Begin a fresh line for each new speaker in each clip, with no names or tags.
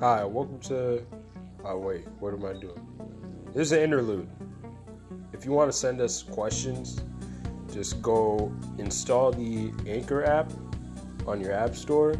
Hi, welcome to. Oh, wait, what am I doing? This is an interlude. If you want to send us questions, just go install the Anchor app on your App Store,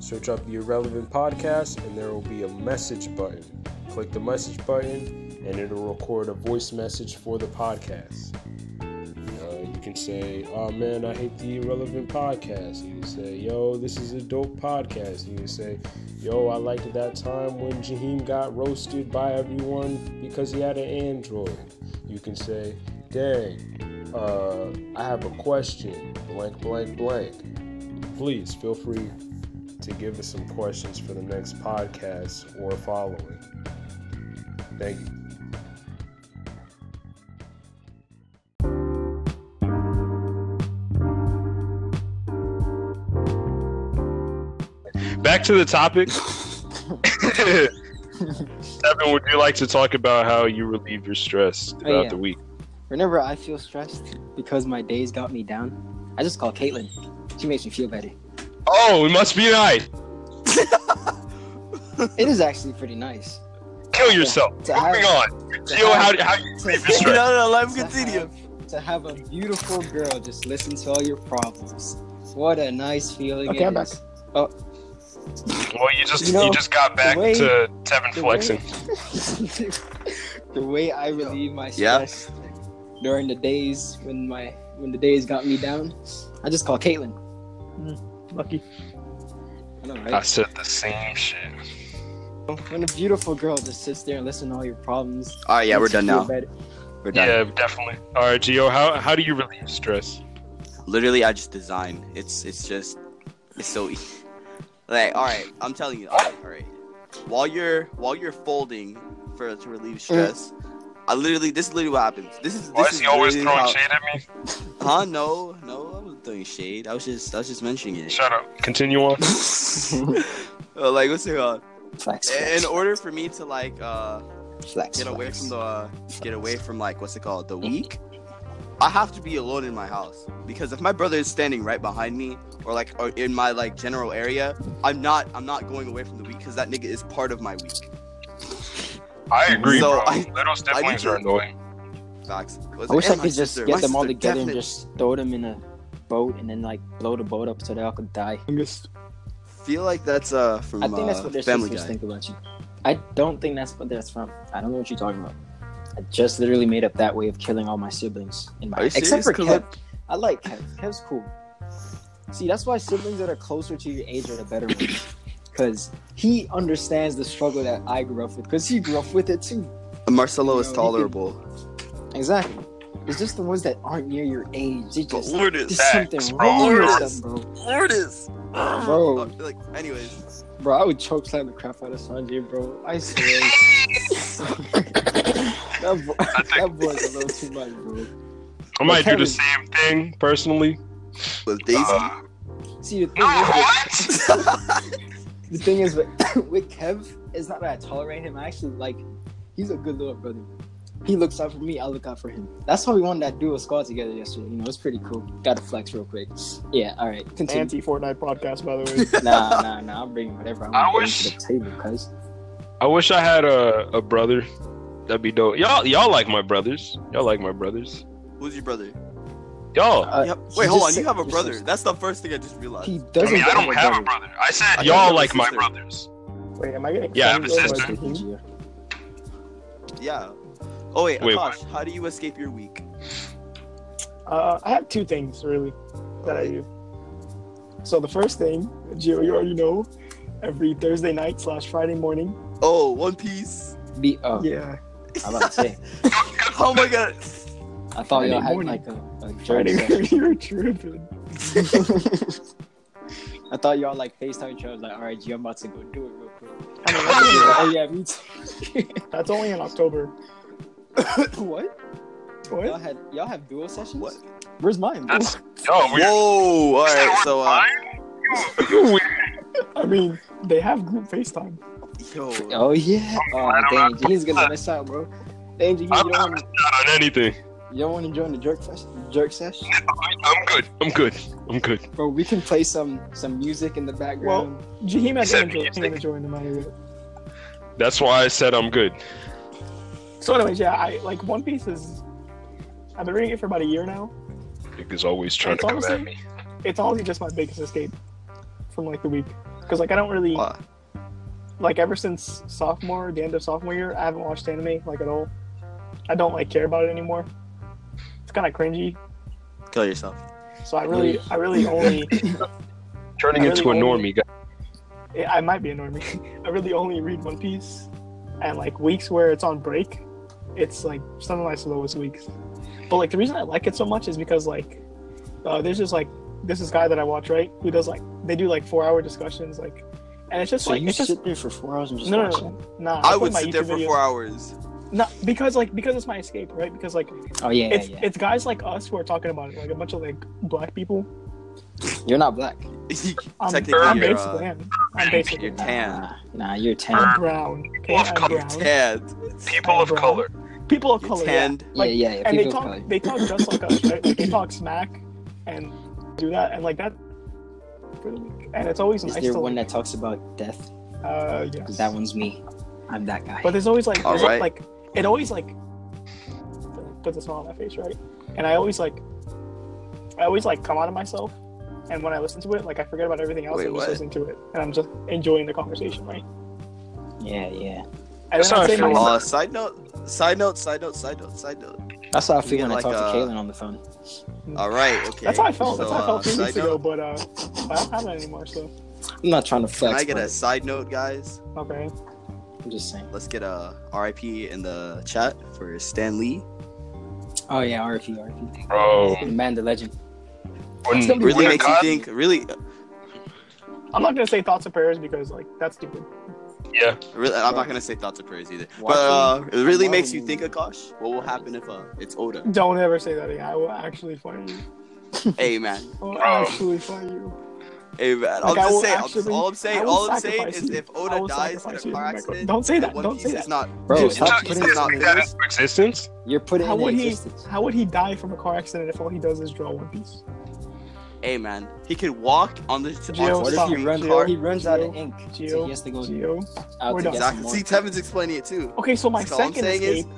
search up the Irrelevant Podcast, and there will be a message button. Click the message button, and it'll record a voice message for the podcast. Uh, you can say, Oh man, I hate the Irrelevant Podcast. You can say, Yo, this is a dope podcast. You can say, Yo, I liked that time when Jaheim got roasted by everyone because he had an Android. You can say, Dang, uh, I have a question, blank, blank, blank. Please feel free to give us some questions for the next podcast or following. Thank you.
Back to the topic. Evan, would you like to talk about how you relieve your stress throughout
yeah.
the week?
Whenever I feel stressed because my days got me down, I just call Caitlin. She makes me feel better.
Oh, it must be nice.
It is actually pretty nice.
Kill yourself.
To
Moving on. Yo, how, how you relieve your
no,
stress?
no, let him
to
continue.
have- to have a beautiful girl just listen to all your problems. What a nice feeling
Okay,
it
I'm back.
is.
Well, you just
You know,
you just got back
way-
to Tevin
the
flexing.
the way I relieve my stress during the days when my when the days got me down, I just call Caitlin.
Lucky.
I know,
I
right?
said the same shit.
When a beautiful girl just sits there and listens to all your problems.
All right, yeah, we're
makes you
done
feel
now.
better.
We're done.
Yeah, definitely. All right, Gio, how how do you relieve stress?
Literally, I just design. It's it's just it's so easy. Like, all right, I'm telling you. All right, all right. While you're while you're folding for to
Mm.
relieve stress, I literally this is literally what happens. This is this
Why is he always
literally
throwing
how-
shade at me?
Huh? No, no, I wasn't throwing shade. I was just I was just mentioning it.
Shut up. Continue on.
Uh, like, what's it called?
Flex,
In
flex,
order for me to like uh
flex,
get away
flex.
from the uh, get away from like what's it called the week i have to be alone in my house because if my brother is standing right behind me or like or in my like general area i'm not i'm not going away from the week because that nigga is part of my week
I agree,
So
bro.
I-
Little siblings
to-
are annoying.
facts
I wish I could just get them all together and just throw them in a boat and then like blow the boat up so they all could die.
feel like that's uh from
I think that's
uh,
what their
family
sisters
guy
think about you. I don't think that's what that's from. I don't know what you're talking about. I just literally made up that way of killing all my siblings in my
are you
except
serious
for
'Cause
Kev. I like Kev. Kev's cool. See, that's why siblings that are closer to your age are the better ones, because he understands the struggle that I grew up with. Because he grew up with it too.
like, marcelo
You know,
is
he
tolerable
Exactly. It's just the ones that aren't near your age. They just
lourdes
there's
Facts,
something
bro.
wrong with
Lourdes.
them, bro.
lourdes
Bro.
Oh, like anyways
Bro, I would choke slam the crap out of Sanjay, bro. I swear. that, boy, that boy's a little too much, bro.
I might do
Kevin-
the same thing personally.
with daisy
Uh,
See, the thing
no,
Ah!
is, with-
what?
the thing is with, with Kev, it's not that I tolerate him. I actually like him. He's a good little brother. He looks out for me, I look out for him. That's why we won that duo squad together yesterday. You know, it's pretty cool. Got to flex real quick. Yeah, all right. Continue.
Anti Fortnite podcast, by the way.
nah, nah, nah. I'm bringing whatever I want
I
to bring
wish-
to the table, cuz.
I wish I had a, a brother. That'd be dope. Y'all y'all like my brothers. Y'all like my brothers.
who's your brother
Y'all.
Uh,
Yep.
he
wait hold
just
on
said-
you have a
just
brother
said-
that's the first thing i just realized
He
I
doesn't
mean, I don't have a
brother.
brother. I said
I
y'all
have a
like my
sister.
brothers.
Wait, am I getting?
Yeah, I have a
exposed
sister.
by Jaheim?
Yeah. Oh wait,
Wait,
Akash, how do you escape your week?
Uh, I have two things really that I do. So the first thing, Gio, you already know, every Thursday night slash Friday morning.
Oh, One Piece.
Be oh,
Yeah,
I'm about to say.
Oh my god.
I thought y'all
Friday
had
morning.
like a, a
Friday.
joke session.
You're tripping.
I thought y'all like FaceTime each other. Like, all right, G, I'm about to go do it real quick.
I don't know.
oh yeah, me too.
That's only in October.
what? Y'all
What?
had y'all have dual sessions?
What?
Where's mine? bro?
That's y'all weird.
Whoa. All right. So uh,
You weird.
I mean, they have group FaceTime.
yo,
Oh yeah. Oh
glad I'm
dang,
not-
G's gonna miss out, bro. Dang, G, you
I'm
don't.
not on anything.
You don't want to join the jerk fest? Jerk sesh?
I'm good. I'm good. I'm good.
Bro, we can play some some music in the background.
Gee, he might
Said
enjoy, he might
music.
enjoy no matter what.
That's why I said I'm good.
So, anyways, yeah, I like One Piece is. I've been reading it for about a year now.
Niggas always trying to
It's
come at
honestly-
me.
It's honestly just my biggest escape from like the week, because like I don't really
Wow.
like ever since sophomore, the end of sophomore year, I haven't watched anime like at all. I don't like care about it anymore. It's kind of cringy.
Kill yourself.
So I really, I really only,
Turning
I
into a
really only-
normie guy.
I might be a normie. I really only read One Piece, and like weeks where it's on break, it's like some of my slowest weeks. But like the reason I like it so much is because like uh, there's just like this is guy that I watch right who does like they do like four hour discussions like, and it's just
so
like
you
it's
sit
just
there for four hours and just
no no
watch
no, nah,
I
put
would
my
sit there
YouTube
for
videos-
four hours.
No, because like because it's my escape, right? Because like
it? Oh yeah, yeah,
it's
yeah.
it's guys like us who are talking about it, like a bunch of like black people.
You're not black.
I'm,
Technically,
I'm
you're,
basically
uh,
am. I'm basically
you're tan.
Nah, Ah, nah, you're ten.
I'm brown. Okay,
Of
I'm
color.
brown.
Tanned.
People of
Brown.
color.
People of
You're
color. Yeah.
tanned.
Like,
yeah, yeah, yeah.
And they
people
talk.
probably-
They talk just like us, right? Like they talk smack and do that, and like that. for the week. And it's always
Is
nice
there
to
one
like,
that talks about death?
uh, yeah.
'Cause that one's me. I'm that guy.
But there's always like,
All
there's,
right.
like it always like puts a smile on my face, right? And I always like, I always like come out of myself, and when I listen to it, like I forget about everything else
Wait,
and just
what?
listen to it, and I'm just enjoying the conversation, right?
yeah, yeah.
And
That's
then
how
I
I
say
feel
my,
Uh, side note. Side note. Side note. Side note. Side note.
That's how I
get
feel when I
like
talk
a-
to Kaylin on the phone.
All right. Okay.
that's how I felt.
So,
that's how I
uh,
felt three weeks
side
ago,
note.
but uh, I don't have it anymore, so
I'm not trying to flex.
Can I get
but
a side note, guys?
okay.
I'm just saying.
Let's get a RIP in the chat for Stan Lee.
Oh yeah, RFP, RFP.
Bro.
The Man, the legend.
When,
gonna be
Really
when
makes you
God-
think. Really,
I'm not gonna say thoughts and prayers because like that's stupid.
Yeah.
really I'm not gonna say thoughts of prayers either. But uh,
Watching-
it really
Wow.
makes you think, Akash. What will happen if uh, it's Oda?
Don't ever say that again. I will actually fight you.
hey man.
I will
Bro.
actually fight you.
Hey man. I'm
Like, I
just
will
saying. I'm just-
actually-
all I'm
I
saying.
will
All I'm saying
sacrifice
is,
you.
if
I
Oda
will
dies in
sacrifice
a
you.
car
Michael.
accident,
Don't say
then
that.
One
Don't
Piece
say
is
that.
not.
Bro,
Dude,
stop
stop-
putting
stop-
it
stop
on
that.
the
That's for existence?
You're putting
How
it
would
in
he-
existence.
How would he die from a car accident if all he does is draw One Piece?
Hey man. He could walk on the.
Gio,
on
What
the
if
stop.
he
fucking
runs?
car.
He runs out of
Gio,
ink, so
Gio,
he has to go
Geo.
out
we're
to
done.
get some
Exactly.
more.
See, Tevin's explaining it too.
Okay, so my
That's all I'm
second
saying is-
escape.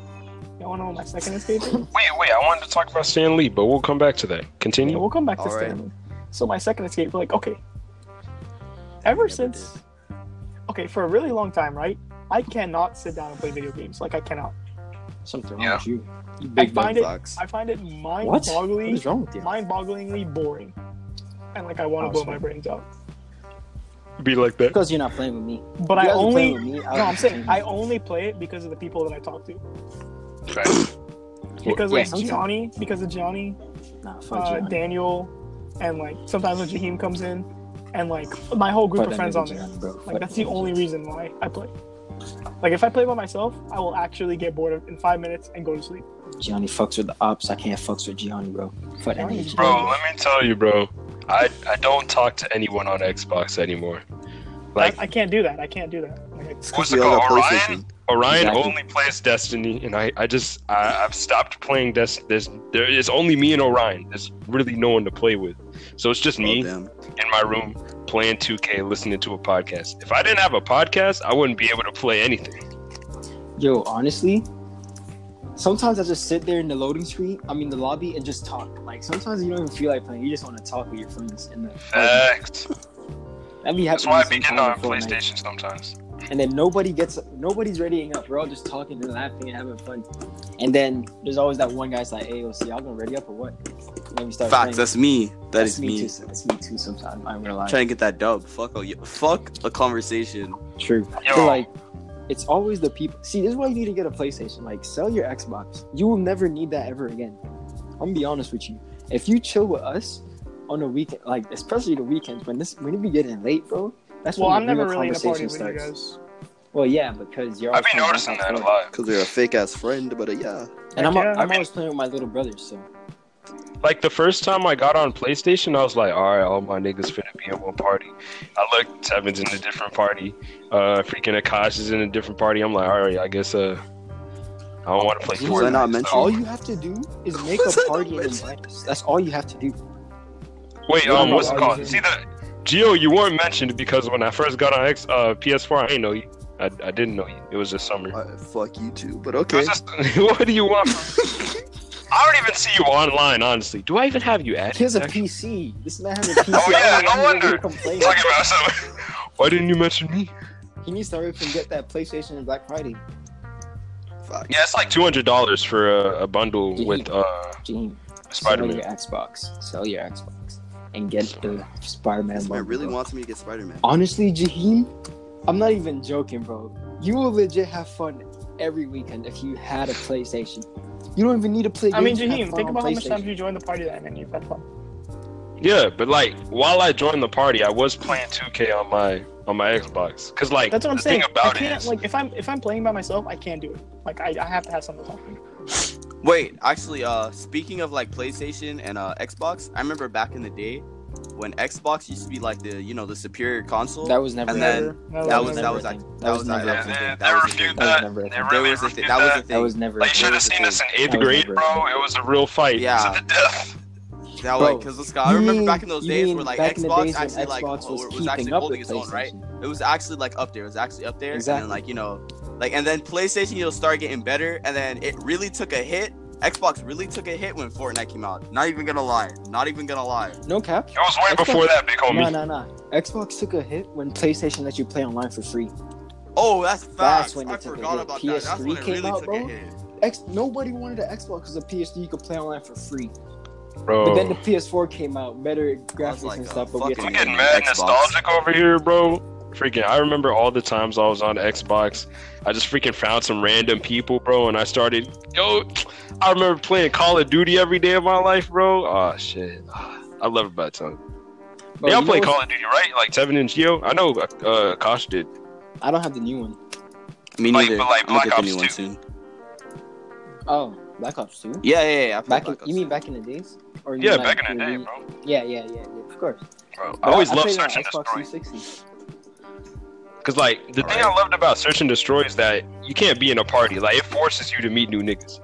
Y'all want to know what my second escape is?
Wait, wait. I wanted to talk about Stan Lee, but we'll come back to that.
Yeah,
Continue.
we'll come back to
All right.
Stanley. So my second escape, we're like, okay. Ever
Never
since, okay, for a really long time, right? I cannot sit down and play video games. Like I cannot.
Something wrong
Yeah.
with you. You
I
big
find
bug.
it.
Fox.
I find it
What? What
mind-boggling,
is wrong with you?
mind-bogglingly boring, and like I want to
Oh,
blow
sorry.
my brains out.
Be like that.
Because you're not playing with me.
But
You
I
guys are playing
only
with me, I
no,
would
I'm saying
continue.
I only play it because of the people that I talk to. Because
Yeah,
like
sometimes.
Gianni, because of Gianni,
Nah, fuck
uh,
you. man.
Daniel, and like sometimes when Jaheim comes in, and like my whole group
Fuck
of
that
friends
nigga
on there.
Gianni, bro. Fuck
Like that's the
that
only
nigga.
reason why I play. Like if I play by myself, I will actually get bored of, in five minutes and go to sleep.
Gianni fucks with the ops. I can't fucks with Gianni, bro. Fuck that
Gianni,
nigga.
Bro, let me tell you, bro. I, I don't talk to anyone on Xbox anymore. Like,
I, I can't do that. I can't do that. Like, it's-
what's
We
it
all
called?
got
Orion?
PlayStation.
Orion
Exactly.
only plays Destiny, and I, I just I, I've stopped playing Destiny. There's, there, it's only me and Orion. There's really no one to play with, so it's just
Oh,
me
damn.
in my room playing 2K, listening to a podcast. If I didn't have a podcast, I wouldn't be able to play anything.
Yo, honestly, sometimes I just sit there in the loading screen. I mean, the lobby, and just talk. Like sometimes you don't even feel like playing. You just want to talk with your friends. And then
Facts.
that'd be
Uh, That's
happening.
why I be getting
sometimes
on
in Fortnite.
PlayStation sometimes.
And then nobody gets, nobody's readying up. We're all just talking and laughing and having fun. And then there's always that one guy's like, "Hey, yo, so y'all gonna ready up or what?" And then we start.
Facts.
playing.
That's me. That
That's
is me.
too. That's me too. Sometimes I'm gonna lie.
Trying to get that dub. Fuck all you. Fuck a conversation.
True.
Yo.
But like, it's always the people. See, this is why you need to get a PlayStation. Like, sell your Xbox. You will never need that ever again. I'm gonna be honest with you. If you chill with us on the weekend, like especially the weekends when this when it be getting late, bro. That's
well,
when
I'm
the
never
real
really in a party
conversation
with you
starts.
guys.
Well, yeah, because you're.
I've
always
been
playing
noticing
Xbox
that a
One.
lot.
Cause you're a fake ass friend, but uh, yeah.
And I'm,
Yeah.
I'm always playing with my little brother, so
Like the first time I got on PlayStation, I was like, all right, all my niggas finna be in one party. I looked, Tevin's in a different party. Uh, freaking Akash is in a different party. I'm like, all right, I guess uh, I don't want to play
Was I not
Fortnite.
mentioned?
so-
All you have to do is make
Was
a
I not
party and
mentioned?
invite us. That's all you have to do.
Wait,
No,
um,
no,
what's
I
it
was
called?
in-
See that, Geo, you weren't mentioned because when I first got on X, uh, PS4, I didn't know you. I, I didn't know you. It was this summer.
Uh, fuck you too, but
It
okay.
was just, what do you want? from- I don't even see you online, honestly. Do I even have you added?
He has a
actually?
PC. This man has a PC.
Oh, yeah,
I don't
no
know why you're
wonder.
complaining.
Talking about so, why didn't you mention me?
He needs to hurry up and get that PlayStation in Black Friday.
Fuck.
Yeah, it's like two hundred dollars for a, a bundle
Yeah.
with uh,
Gene,
Spider
sell
Man.
your Xbox. Sell your Xbox and get the Spider-Man.
This man
logo,
really
bro.
wants me to get Spider-Man.
Honestly, Jaheem, I'm not even joking, bro. You will legit have fun every weekend if you had a PlayStation. You don't even need to play.
I mean,
games, you have
Jaheem,
fun
think
on
about how much times
PlayStation.
you joined the party that and you've had fun.
Yeah, but like while I joined the party, I was playing two K on my on my Xbox. Cause like
That's what I'm
the
saying.
thing
I
about it
can't
is,
like if I'm if I'm playing by myself, I can't do it. Like I, I have to have something. Else.
Wait, actually, uh, speaking of like PlayStation and uh, Xbox, I remember back in the day when Xbox used to be like the you know the superior console.
That was never.
And
a
then-
thing.
No,
that
no,
was that
no, no.
was like
That
that
was
was not
never
that
a
yeah,
was a
they,
thing.
they
That was a
reviewed
thing.
That was
that.
never a
They
thing.
really
That was a
reviewed
thing. That was a
that.
That
thing.
was never. a
They
thing.
should have seen this in eighth
That
Oh,
was
grade,
never a
bro.
thing.
It was a real fight.
Yeah.
To the death.
Bro,
That was because let's go. I
You
remember
mean-
back in those
you
days
mean
where like
back in the
Xbox
days when
actually like
Xbox
ho- was,
keeping
actually
up
holding
with
its own, right?
PlayStation.
It was actually like up there. It was actually up there. And
Exactly.
then, like you know, like and then PlayStation you know started getting better, and then it really took a hit. Xbox really took a hit when Fortnite came out. Not even gonna lie. Not even gonna lie.
No cap.
It was way
Xbox-
before that, big
Oh,
homie.
No, no, no. Xbox took a hit when PlayStation let you play online for free.
Oh, that's facts.
when it
I
took a
forgot
hit.
about that. That's
PS3
when it
came
really
out,
took
bro.
a hit.
X, nobody wanted an Xbox because the PS3 you could play online for free. But then the
Bro,
PS4 came out, better graphics
like,
and
uh,
stuff. But we had
fucking-
to
I'm
get
getting mad
Xbox.
nostalgic over here, bro. Freaking, I remember all the times I was on Xbox. I just freaking found some random people, bro, and I started. Yo, I remember playing Call of Duty every day of my life, bro. Oh shit, I love it by the time.
Bro,
Y'all
you
play
know
Call of Duty, right? Like Seven and Geo. I know uh, Kosh did.
what's- I don't have the new one.
Me
Like-
neither.
but like
I'm gonna
Black
get the
Ops
new one
2.
soon.
Oh, Black Ops 2.
Yeah, yeah, yeah. I played
Back in,
Black Ops
you mean back in the days? Or you
Yeah,
mean,
back
like,
in the
when
day,
we-
bro.
Yeah, yeah, yeah, yeah, of course.
Bro, I always love
played on
Search and
Xbox
Destroy
360.
because, like, the thing I loved about Search and Destroy is that you can't be in a party. Like, it forces you to meet new niggas.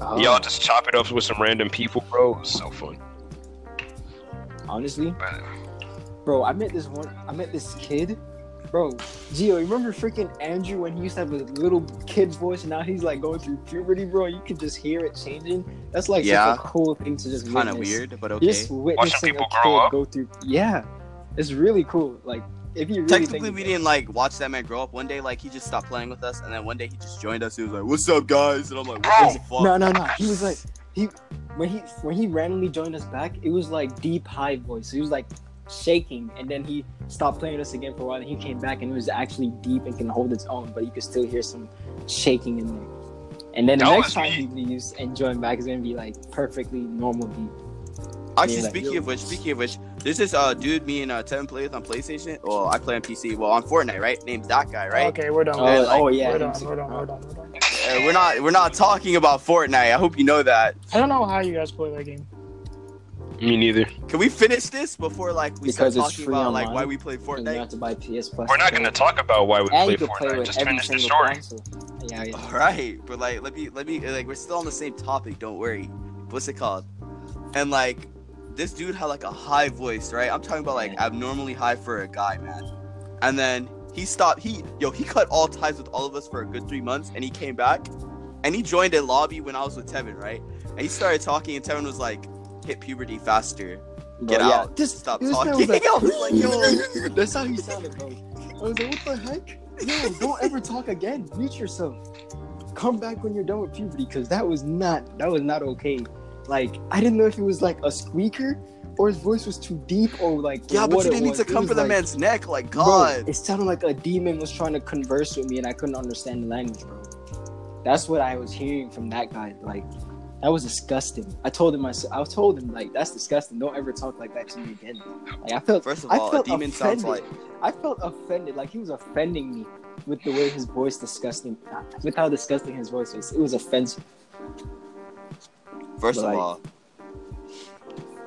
Oh,
Y'all just chop it up with some random people, bro. It was so fun.
honestly,
But-
bro, I met this one. I met this kid, bro. Gio, you remember freaking Andrew when he used to have a little kid's voice, and now he's like going through puberty, bro. You can just hear it changing. That's like
Yeah.
such a cool thing to just
kind of
witness.
weird, but okay.
Just witnessing
people
a kid
grow up.
go through. Yeah, it's really cool. Like if you really
Technically,
think
we
about it.
didn't like watch that man grow up. One day, like he just stopped playing with us, and then one day he just joined us. He was like, "What's up, guys?" And I'm like, "What the fuck?"
No, no, no. He was like he when he when he randomly joined us back, it was like deep high voice. He was like shaking, and then he stopped playing with us again for a while. And he came back, and it was actually deep and can hold its own, but you could still hear some shaking in there. And then the
That
next
was
time
me.
he leaves and join back, is gonna be like perfectly normal deep.
Actually,
Yeah, like,
speaking
yo.
of which, speaking of which, there's this uh dude me and uh Tevin play with on PlayStation. Well, I play on PC. Well, on Fortnite, right? Name's that guy, right?
Okay, we're done.
Oh,
Yeah, like,
oh yeah,
we're
him
done.
too.
We're done. We're done. We're done.
Uh, we're not we're not talking about Fortnite. I hope you know that.
I don't know how you guys play that game.
Me neither.
Can we finish this before like we
Because it's
start talking
free
about like
online,
why we play
And you
Fortnite?
have to buy PS Plus.
We're not going to talk about why we
And
play
you can play
Fortnite.
with
Just
every
finish the
single
story.
console. Yeah, yeah.
All right, but like let me let me like we're still on the same topic. Don't worry. What's it called? And like this dude had like a high voice, right? I'm talking about like
Yeah.
abnormally high for a guy, man. And then he stopped. He yo he cut all ties with all of us for a good three months, and he came back, and he joined a lobby when I was with Tevin, right? And he started talking, and Tevin was like, "Hit puberty faster,
Bro,
get
yeah.
out,
This
stop
this
talking."
man was like-
I was like, yo.
That's how he sounded, bro. I was like, what the heck? No, don't ever talk again. Mute yourself. Come back when you're done with puberty, because that was not that was not okay. Like I didn't know if it was like a squeaker or his voice was too deep or like
Yeah, but
what
you
it
didn't need
was.
to
It
come
was
for the
like,
man's neck, like
bro,
God.
it sounded like a demon was trying to converse with me and I couldn't understand the language, bro. That's what I was hearing from that guy. Like that was disgusting. I told him myself. I told him like that's disgusting. Don't ever talk like that to me again. Like I felt
First of
I
all, a
felt
demon sounds like
offended. I felt offended, like he was offending me with the way his voice disgusting, with how disgusting his voice was. It was offensive.
First
Like-
of all,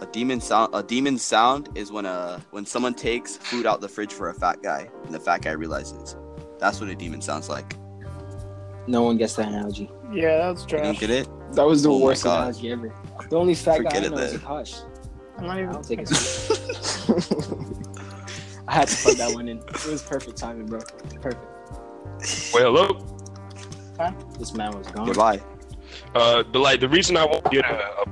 a demon sound a demon sound is when a when someone takes food out the fridge for a fat guy and the fat guy realizes. That's what a demon sounds like.
No one gets the analogy.
Yeah, that's
You didn't
trash.
get it?
That was the
Oh my
worst
God.
analogy ever. The only fat
Forget
guy I
it
know is
then.
Akash.
I'm not
I
even.
don't take it. serious. I had to plug that one in. It was perfect timing, bro. Perfect.
Wait, hello.
This man was gone.
Goodbye.
Uh, but like the reason I won't get a, a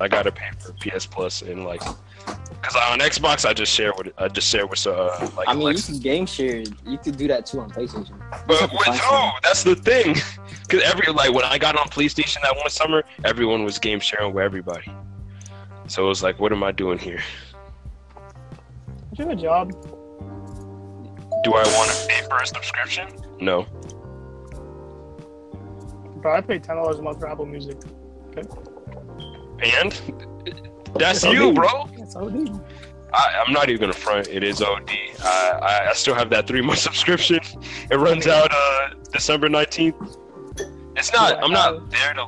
I gotta pay for PS Plus and like, cause on Xbox I just share with I just share with uh like
I mean,
Alexa.
you can game share. You could do that too on PlayStation.
But
Except for
with,
console.
no, that's the thing. Cause every like when I got on PlayStation that one summer, everyone was game sharing with everybody. So it was like, what am I doing here?
Do a job.
Do I want to pay for a subscription? No.
Bro, I pay ten dollars a month for Apple Music.
And that's
That's
you,
OD.
bro.
That's OD.
I, I'm not even gonna front. It is OD. I, I, I still have that three month subscription. It runs out uh, December 19th. It's not. I'm not there to.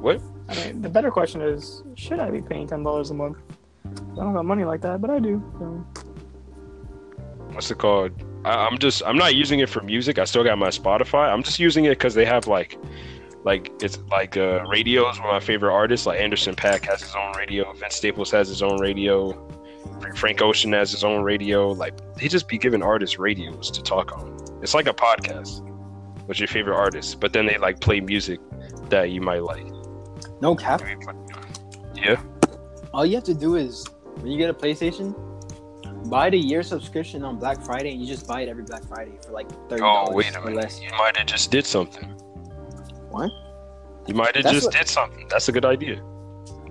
What?
I mean, the better question is, should I be paying ten dollars a month? I don't got money like that, but I do. So.
What's it called? I, I'm just. I'm not using it for music. I still got my Spotify. I'm just using it because they have like, like it's like uh, radios with my favorite artists. Like Anderson Pack has his own radio. Vince Staples has his own radio. Frank Ocean has his own radio. Like he just be giving artists radios to talk on. It's like a podcast with your favorite artists, but then they like play music that you might like.
No cap.
Yeah,
All you have to do is when you get a PlayStation, buy the year subscription on Black Friday, and you just buy it every Black Friday for like thirty dollars
Oh, wait a
or less.
you might have just did something.
What?
You might have
That's
just
what-
did something. That's a good idea.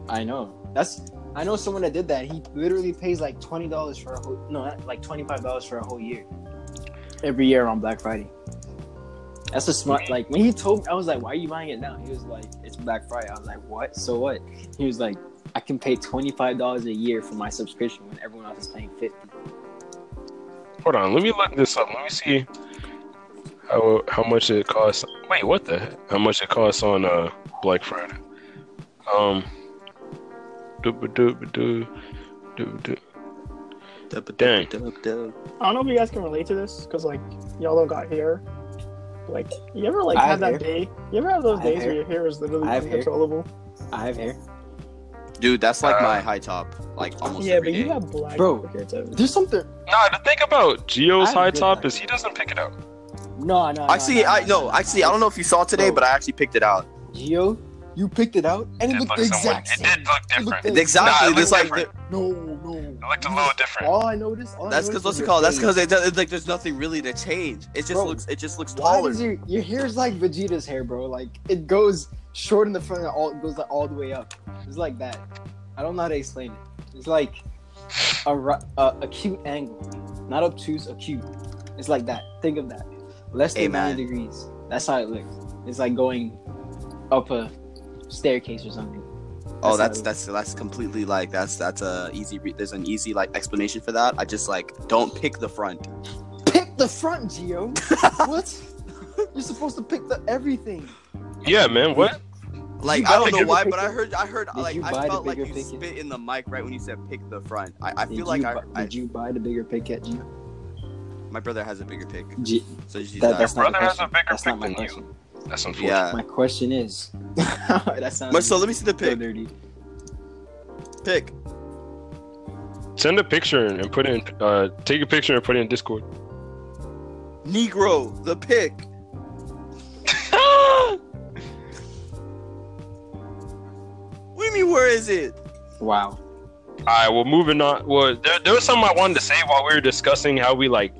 I know. That's. I know someone that did that. He literally pays like twenty dollars for a whole no, not- like twenty five dollars for a whole year, every year on Black Friday. That's a smart. Like when he told me, I was like, "Why are you buying it now?" He was like, "It's Black Friday." I was like, "What? So what?" He was like, "I can pay twenty five dollars a year for my subscription when everyone else is paying 50
Hold on, let me look this up. Let me see how how much it costs. Wait, what the? heck? How much it costs on uh Black Friday? Um, doop doop doop doop doop. Dang.
I don't know if you guys can relate to this because like y'all don't got hair. Like you ever like
I
have
have
that day? You ever have those
I have
days
hair.
where your hair is literally
I have hair.
uncontrollable?
I have hair.
Dude, that's like
Uh,
my high top. Like almost
Yeah,
every
but you
day.
have black
Bro.
hair too.
There's something.
Nah, the thing about
I
Geo's
have
high
good
top
hair.
is he doesn't pick it up.
No, no. no,
Actually,
no,
I no. Actually, I don't know if you saw today,
Bro.
but I actually picked it out.
Geo, you picked it out, and it,
It
looked
looked
the
somewhat-
exact
it
same.
did look different.
the
Exactly.
Nah, it
there's
looked
like
different.
No, no.
It looked a little different.
All I noticed. All I
that's
noticed
because what's
was
it
your
called? That's
face.
because it, does- it, like there's nothing really to change. It just
Bro,
looks it just looks
Why
taller.
does your your hair's like Vegeta's hair, bro? Like it goes short in the front and all it goes like, all the way up. It's like that. I don't know how to explain it. It's like a ri- a acute angle, not obtuse, acute. It's like that. Think of that. Less than
Hey, man.
90 degrees. That's how it looks. It's like going up a staircase or something.
oh,
that's
that's that's that's completely like that's that's a easy. Re- there's an easy like explanation for that. I just like don't pick the front.
Pick the front, Geo. what? You're supposed to pick the everything.
Yeah, man. What?
Like
You
I don't
buy
know
the
why,
bigger
but I heard I heard
Did
like
you buy
I
the
felt like you
bigger picket?
spit in the mic right when you said pick the front. I, I
Did
feel like
you
I,
bu-
I
did you buy the bigger pick at Geo?
my brother has a bigger pick,
G-
so
Mm.
she's
that,
not-
that's not
brother
my
has
question.
a bigger
that's
pick
not my
than you.
question.
That's unfortunate.
yeah.
My question is. that sounds
But so let me see the
so
pick.
dirty.
Pick.
Send a picture and put it in. Uh, take a picture and put it in Discord.
Negro, the pick. What do you mean? Where is it?
Wow.
All right, well, moving on. Well, there, there was something I wanted to say while we were discussing how we like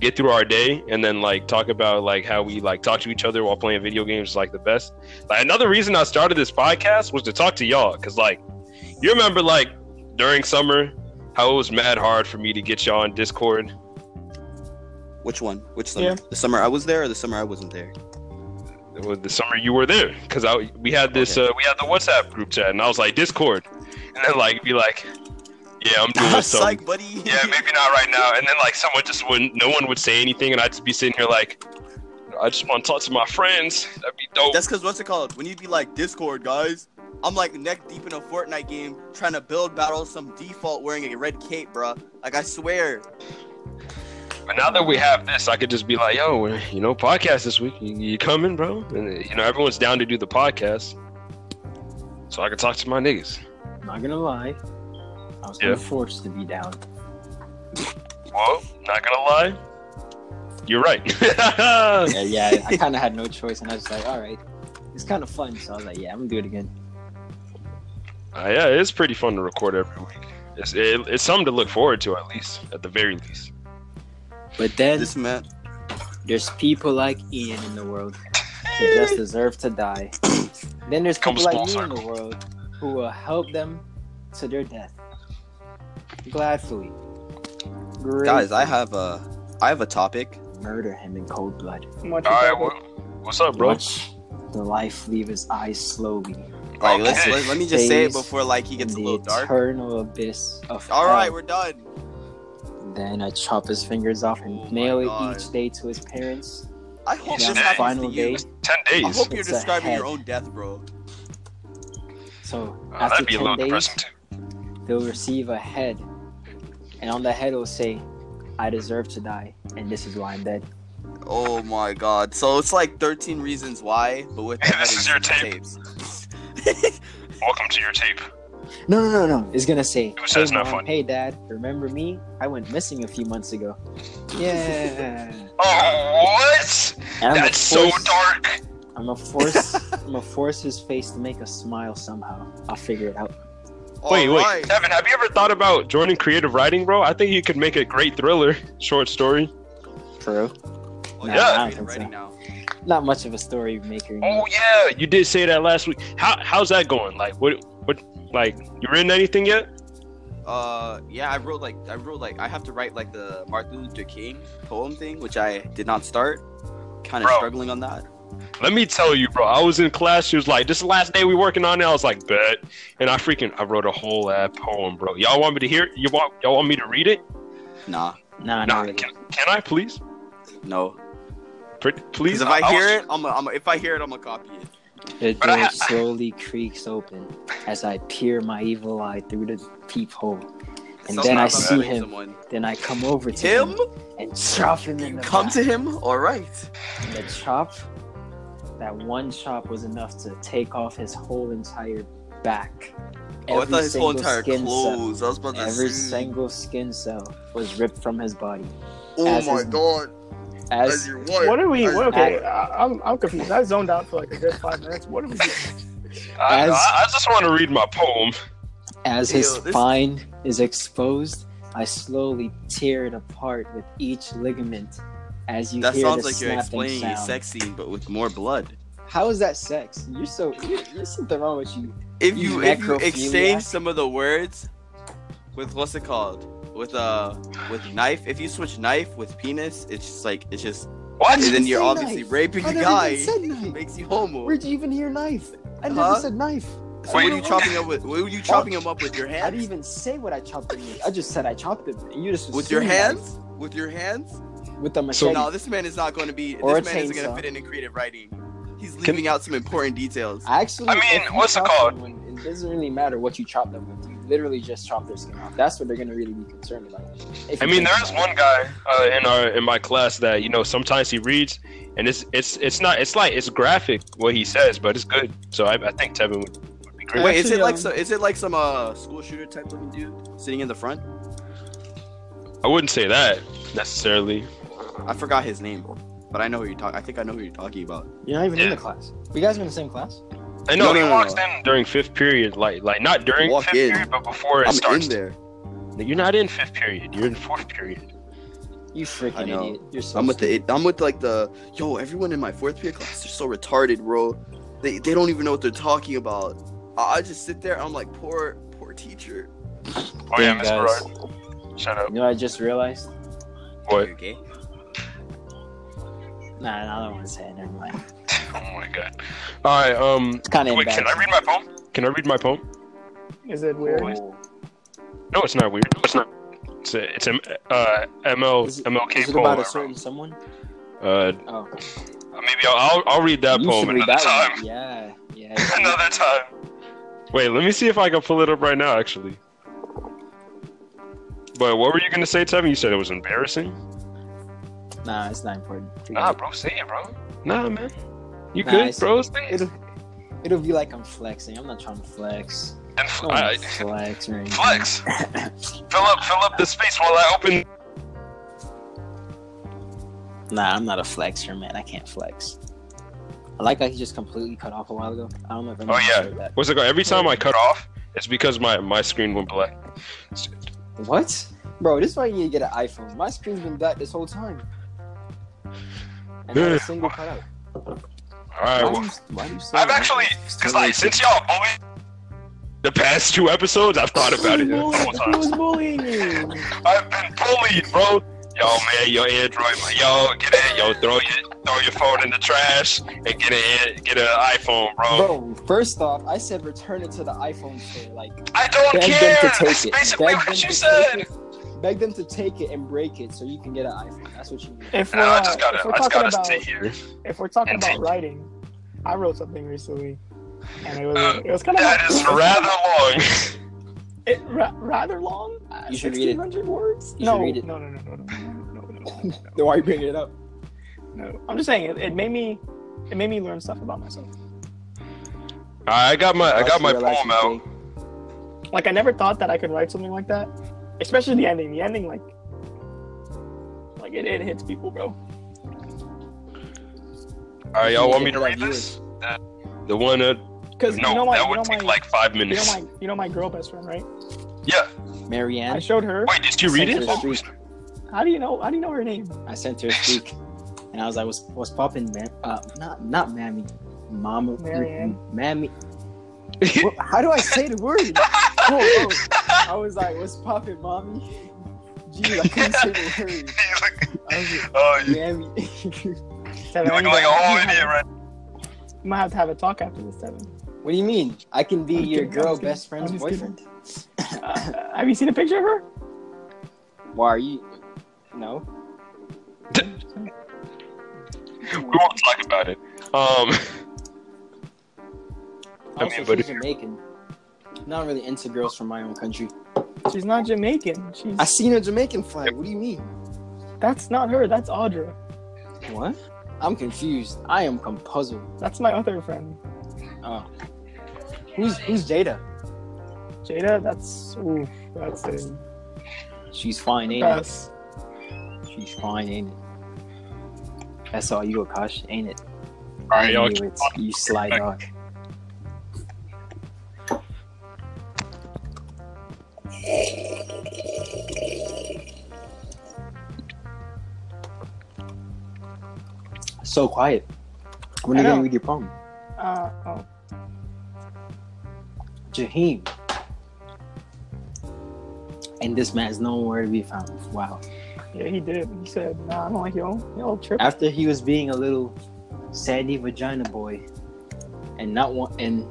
get through our day and then like talk about like how we like talk to each other while playing video games is like the best. Like another reason I started this podcast was to talk to y'all because like you remember like during summer how it was mad hard for me to get y'all on Discord.
Which one? Which summer?
Yeah.
The summer I was there, or the summer I wasn't there?
It was the summer you were there because I we had this uh, we had the WhatsApp group chat and I was like Discord and then like be like, yeah, I'm doing something.
Psych, buddy.
yeah, maybe not right now. And then like someone just wouldn't, no one would say anything, and I'd just be sitting here like, I just want to talk to my friends. That'd be dope.
That's because what's it called? When you'd be like Discord, guys, I'm like neck deep in a Fortnite game trying to build battle some default wearing a red cape, bruh. Like I swear.
But now that we have this, I could just be like, yo, you know, podcast this week. You, you coming, bro? And uh, you know, everyone's down to do the podcast, so I can talk to my niggas.
Not gonna lie, I was
Yeah.
kind of forced to be down.
Well, not gonna lie, you're right.
Yeah, yeah. I kind of had no choice, and I was just like, all right, it's kind of fun. So I was like, yeah, I'm gonna do it again.
Uh, yeah, it's pretty fun to record every week. It's it, it's something to look forward to at least, at the very least.
But then
This man,
there's people like Ian in the world who just deserve to die. then there's people
Comes
like
full
me in the world who will help them to their death. Gladfully. Great.
guys, I have a, I have a topic.
murder him in cold blood.
Much
All right,
about it.
wha- what's up, bro?
Watch the life leave his eyes slowly
Like, let's,
Okay.
let, let me just say it
Days
before like he
in
gets a
the
little dark.
eternal abyss of hell.
All right, we're done.
Then I chop his fingers off and
Oh my
nail
God.
it each day to his parents.
I hope
And
this
on the
happens to
final
you.
day,
Ten
I
days.
hope you're
It's a
describing your
head.
own death, bro.
so
Uh,
after
that'd be a
10
little
days,
depressing too.
they'll receive a head, and on the head it will say, "I deserve to die, and this is why I'm dead."
Oh my god. So it's like 13 reasons why, but with
Hey, this is your tape.
tapes.
Welcome to your tape.
No, no, no, no. It's gonna say,
Who says
"Hey
not
mom,
funny?
hey dad, remember me? I went missing a few months ago." Yeah.
Oh, what?
And I'm
That's so
forced-
dark.
I'm gonna force. I'm gonna force his face to make us smile somehow. I'll figure it out.
wait, wait,
Alright.
Kevin, have you ever thought about joining creative writing, bro? I think you could make a great thriller short story.
True.
Oh,
Nah,
yeah,
I
I'm
don't
reading
think
writing
so.
now.
Not much of a story maker. you know.
Oh yeah, you did say that last week. How how's that going? Like what what like you written anything yet?
Uh, yeah, I wrote like I wrote like I have to write like the Martin Luther King poem thing, which I did not start. Kind of
Bro.
struggling on that.
Let me tell you, bro. I was in class. She was like, "This is the last day we working on it." I was like, "Bet." And I freaking I wrote a whole ass poem, bro. Y'all want me to hear? It? You want y'all want me to read it?
Nah,
Nah,
Nah.
not really.
Can, can I please?
no.
Pr- Please.
Because if I, hear
was-
it, I'm, a, I'm a, if I hear it, I'm gonna copy it.
The
But I
door
ha-
slowly creaks open as I peer my evil eye through the peephole. And
Somehow
then I
I'm
see
having
him.
Someone.
Then I come over to him,
Him?
and chop him in
You
the
come
back.
to him? Oh, All right.
And the chop. That one chop was enough to take off his whole entire back.
Oh, I
Every
thought his whole
single
entire
skin cell-
clothes. I was about to
Every
say.
single skin cell was ripped from his body.
oh
as
my
his-
god! As
As
your wife.
What are we?
As-
What, okay, I, I'm I'm confused. I zoned out for like a good five minutes. What are we? Doing?
I,
as-
I- I just want to read my poem.
as his
Ew, this-
spine is exposed, I slowly tear it apart with each ligament. As you
That
hear
sounds
the
like you're
snapping
explaining a
sound.
sex scene, but with more blood.
How is that sex? You're so you're, there's something wrong with you.
If
You
you if you
necrophiliac.
exchange some of the words with what's it called with uh with knife, if you switch knife with penis, it's just like it's just
What?
and then you're
say
obviously
knife.
raping
I
the
never
guy.
even said knife.
Makes you homo.
Where'd you even hear knife? I never
Huh?
said knife.
So what
Wait.
are you chopping up with? What are you chopping him up with your
I didn't
hands?
even say what I chopped him with. I just said I chopped him. And you just
With your
assumed knife.
hands? With your hands?
with the
So-
machete.
No, this man is not going to be.
Or a
This man isn't going
chainsaw.
to fit in in creative writing. He's leaving out some important details.
Actually,
I mean,
if you
what's it
chop
called?
someone, it doesn't really matter what you chop them with. You literally just chop their skin off. That's what they're gonna really be concerned about. If
I
you
mean,
think
there is
about
one guy uh, in our in my class that you know sometimes he reads, and it's it's it's not it's like it's graphic what he says, but it's good. So I, I think Tevin would, would be great.
Wait, is it
Actually,
like
um,
so? Is it like some uh school shooter type looking dude sitting in the front?
I wouldn't say that necessarily.
I forgot his name, but I know who you're talking. I think I know who you're talking about.
it. You're not even in
Yeah.
the class. You guys are in the same class?
I
No,
know he
no, no,
walks
no.
in during fifth period, like like not during
Walk
fifth
in.
period, but before it
I'm
starts.
in there.
You're not in fifth period. You're in fourth period.
You
I
freaking
know.
idiot. You're so
I'm with
stupid.
the. I'm with like the. Yo, everyone in my fourth period class, they're so retarded, bro. They they don't even know what they're talking about. I, I just sit there. I'm like, poor poor teacher.
Oh yeah,
Damn,
Miss
guys.
Gerard. Shut up,
You know what I just realized?
boy.
You're gay.
Nah, nah, I don't want to say it. Never mind.
Oh my god. All right. Um.
It's kind of
Wait. Can
embarrassing.
I read my poem? Can I read my poem?
Is it weird?
No, it's not weird. No, it's not. It's a, it's a uh, ML
Is it-
MLK
Is it
poem.
about
I
a certain
wrote.
someone?
Uh,
Oh,
maybe I'll, I'll I'll read that
you should
poem
read
another
that
time.
one. Yeah, yeah.
another time. Wait, let me see if I can pull it up right now. Actually. But what were you gonna say, Tevin? You said it was embarrassing.
Nah, it's not important. Forget
Nah,
it.
bro, say it, bro. Nah, man. You
Nah,
good,
it's-
bro? Say it.
It'll, it'll be like I'm flexing. I'm not trying to flex.
And
I
f-
don't wanna
I-
flex or anything.
flex. fill up, fill up the space while I open.
Nah, I'm not a flexer, man. I can't flex. I like how he just completely cut off a while ago. I don't know if
Oh
anyone heard
yeah.
that.
What's it called? Every time I cut off, it's because my my screen went black.
What? Bro, this is why you need to get an iPhone. My screen's been black this whole time. And not
Yeah.
a single cut out.
All right.
Why
well-
do you- why do you say
I've
that?
actually, because like since y'all bullied the past two episodes, I've thought about it multiple times.
Who's bullying you?
I've been bullied, bro. Yo, man, yo, Android, yo, get it, yo, throw your throw your phone in the trash and get an get an iPhone, bro.
Bro, first off, I said return it to the iPhone store. Like,
I don't
beg
care.
them to take
That's
it.
basically
Beg them
what you
to
said.
take it. Beg them to take it and break it so you can get an iPhone. That's what you need.
If we're,
No, I
uh,
just
if
gotta,
we're
I just
talking
gotta
about
stay here.
if we're talking
and
about
take-
writing, I wrote something recently, and it was
Uh,
it was kind of
That is rather long.
it, ra- rather long. Uh,
You should read it.
1600 words.
You should
no,
read it.
no, no, no, no, no, no, no, no,
Then why are you bringing it up?
no, no. I'm just saying it, it made me it made me learn stuff about myself.
I got my, I got my
Relax,
poem out.
okay.
Like I never thought that I could write something like that, especially the ending. The ending, like, like it, it hits people, bro.
All right, y'all want me to read this? Uh, The one, uh,
Because
no,
you know my,
that
you know
would take
my,
like five
you know
minutes.
my, you know my girl best friend, right?
Yeah.
I
Marianne,
showed her.
Wait, did you read it?
Sent her a streak.
How do you know? How do you know her name?
I sent her a streak, and I was like, "What's what's popping, man? Uh, not not mammy, mama,
Marianne.
mammy." What- How do I say the word? Oh, Whoa, whoa. I was like, "What's popping, mommy?" Gee, I couldn't say the word.
He's like,
I was
oh,
like, "Mammy."
you, you
Seven.
look like "Oh, a whole idiot right
I might have to have a talk after this, Seven.
what do you mean? I can be
I'm
your
kidding, I'm
girl
just kidding.
best friend's
I'm just kidding.
boyfriend.
Uh, have you seen a picture of her?
Why are you? No.
we won't talk about it. Um, I mean,
Also, she's
but if
Jamaican. Not really into girls from my own country.
She's not Jamaican. She's
I seen a Jamaican flag. What do you mean?
that's not her. That's Audra.
What? I'm confused. I am com- puzzled.
That's my other friend,
Oh. Who's who's Jada?
Jada. That's ooh, that's a
She's fine, ain't it?
pass.
She's fine, ain't it? That's all you, Akash, ain't it?
all right, y'all.
you, it's, you sly dog. So quiet. When
I
are you gonna
know.
read your poem?
Uh, oh,
Jaheim. And this man is nowhere to be found. Wow.
yeah, he did. He said, "Nah, I don't like y'all. Y'all trip."
After he was being a little sandy vagina boy and not want and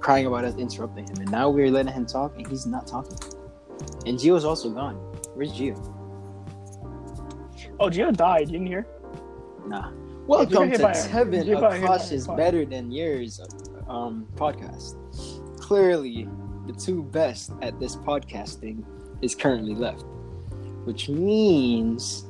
crying about us interrupting him, and now we're letting him talk and he's not talking. And Gio's also gone. Where's Gio?
Oh, Gio died. You didn't hear?
Nah. Welcome
hit
to
by a-
Tevin
you got hit by
Akash
a
is
car.
better than yours um, podcast. Clearly, the two best at this podcasting is currently left, which means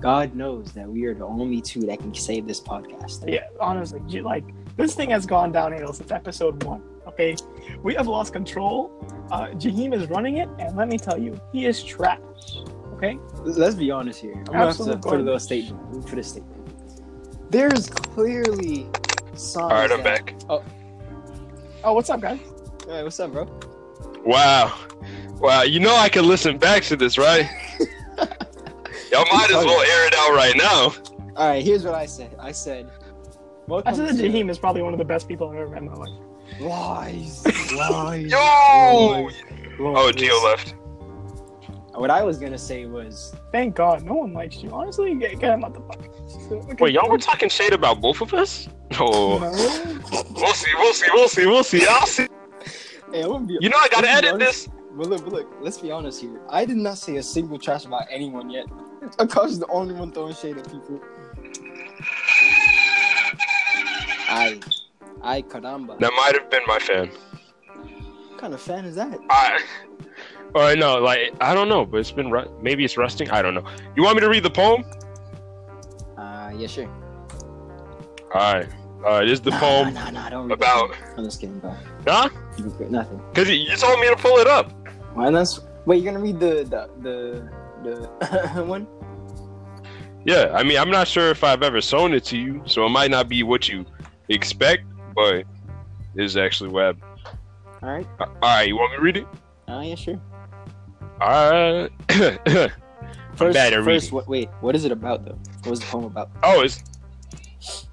God knows that we are the only two that can save this podcast.
Yeah, honestly, G- like this thing has gone downhill since episode one. Okay, we have lost control. Uh, Jaheim is running it, and let me tell you, he is trash. Okay,
Let's be honest here. I'm gonna have to
Absolute
put a little
garbage.
statement. Put a statement. There's clearly signs.
All right,
that-
I'm back.
oh, what's up, guys?
Hey, what's up, bro?
Wow, wow. You know I can listen back to this, right? y'all might as well air it out right now.
All right, here's what I said. I said,
I
"Welcome
said that
to
Jaheim is probably one of the best people I've ever met in my life.
lies, lies."
Yo.
lies,
Oh,
lies."
Geo left.
What I was gonna say was,
Thank God, no one likes you. Honestly, get, get him out the fuck. Okay,
Wait, y'all were talking shade about both of us? Oh,
No.
we'll see, we'll see, we'll see, we'll see. I'll see.
hey, I'm gonna be,
You know I gotta edit this.
But look, but look, let's be honest here. I did not say a single trash about anyone yet. Akash is the only one throwing shade at people. I, I caramba.
That might have been my fan.
What kind of fan is that?
I, or no, like I don't know, but it's been ru- maybe it's rusting. I don't know. You want me to read the poem?
Uh, yeah, sure.
All right. All right. This is the
Nah,
poem
nah, nah, don't read the
about.
poem. I'm just kidding, bro.
Huh?
You can- Nothing.
Because you you told me to pull it up.
Why not? Wait, you're gonna read the the the, the one?
Yeah. I mean, I'm not sure if I've ever sewn it to you, so it might not be what you expect, but it's actually web.
All right.
All right. You want me to read it?
Uh, yeah, sure.
All right.
First,
bad at
first,
reading.
what, wait. What is it about though? What was the poem about?
Oh, it's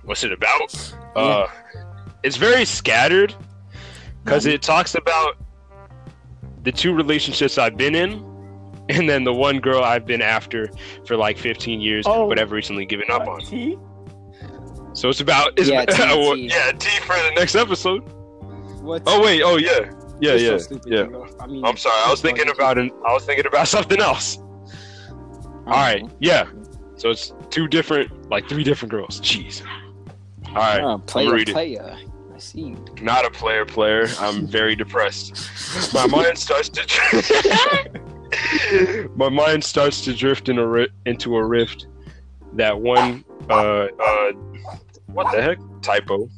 what's it about? Uh, it's very scattered because it talks about the two relationships I've been in, and then the one girl I've been after for like 15 years,
Oh.
but I've recently given up on.
Tea?
So it's about it's,
Yeah, T,
well,
T.
yeah, T for the next episode.
What?
Oh wait, oh yeah, yeah,
You're so
yeah,
stupid,
yeah.
bro. I mean,
I'm sorry, I was thinking about an, I was thinking about something else.
Uh-huh.
All right, yeah. So it's two different, like three different girls. Jeez. All right.
Oh, player,
read it.
player. I see you.
not a player player. I'm very depressed. My mind starts to dr- my mind starts to drift in a ri- into a rift. That one uh uh what the heck typo?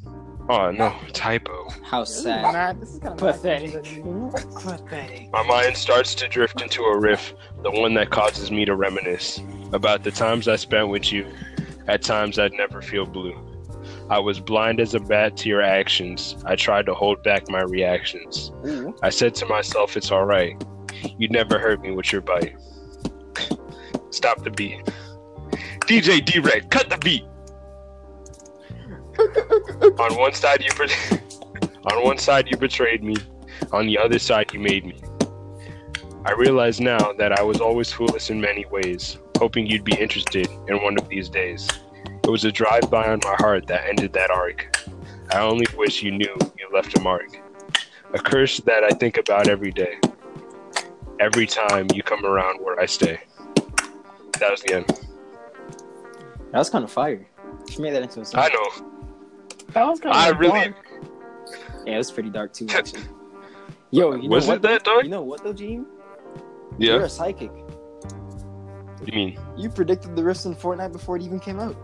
Oh no typo.
How sad.
Mad. This is kind of
Pathetic.
Pathetic.
My mind starts to drift into a rift, the one that causes me to reminisce about the times I spent with you. At times I'd never feel blue. I was blind as a bat to your actions. I tried to hold back my reactions.
Ooh.
I said to myself, it's all right. You never hurt me with your bite. Stop the beat. DJ D Red, cut the beat. on one side you bet- on one side you betrayed me, on the other side you made me. I realize now that I was always foolish in many ways, hoping you'd be interested in one of these days. It was a drive by on my heart that ended that arc. I only wish you knew you left a mark a curse that I think about every day. Every time you come around where I stay. That was the end.
That was kind of fire. She made that into a song.
I know.
That was kind of
Oh,
I really
Yeah, it was pretty dark too, actually. Yo, you know
was
what?
it that dark?
You know what though, Gene? You're
Yeah.
a psychic.
What do you mean
You predicted the rifts in Fortnite before it even came out.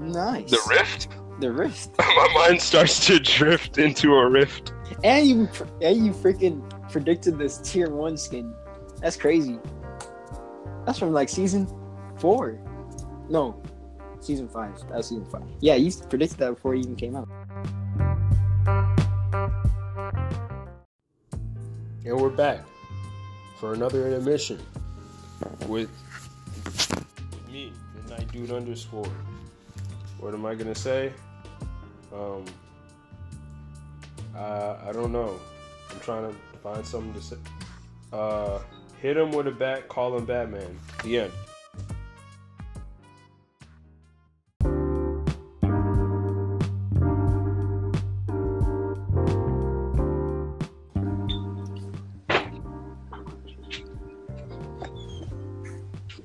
Nice.
the rift?
The rift.
My mind starts to drift into a rift.
And you, pr- and you freaking predicted this tier one skin. That's crazy. That's from like season four. No, season five. That was season five. Yeah, you predicted that before it even came out.
And we're back for another intermission with me, Midnight Dude underscore. What am I gonna say? Um, uh, I don't know. I'm trying to find something to say. Uh, hit him with a bat, call him Batman. The end.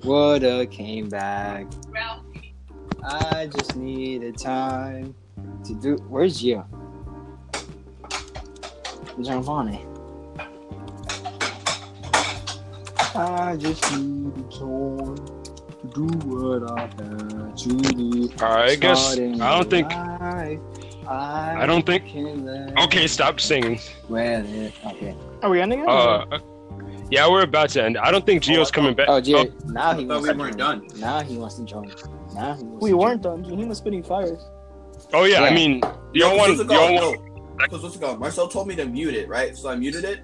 Woulda came back. I just needed time to do. Where's Gio? Giovanni. I just needed time to do what I had to do.
Alright, I guess I
Starting
don't think
life, I,
I don't think Oh.
can live
Okay, stop singing.
with it. Okay.
Are we ending it?
Uh yeah, we're about to end. I don't think Gio's coming back.
Oh, Jerry. Now he
I thought
wants
we
to
weren't
join. Now he wants to join. Now he wants
we
to
weren't done. He was spitting fire.
Oh yeah, I
Yeah.
mean y'all want y'all want
Because what's it called? Marcel told me to mute it, right? So I muted it,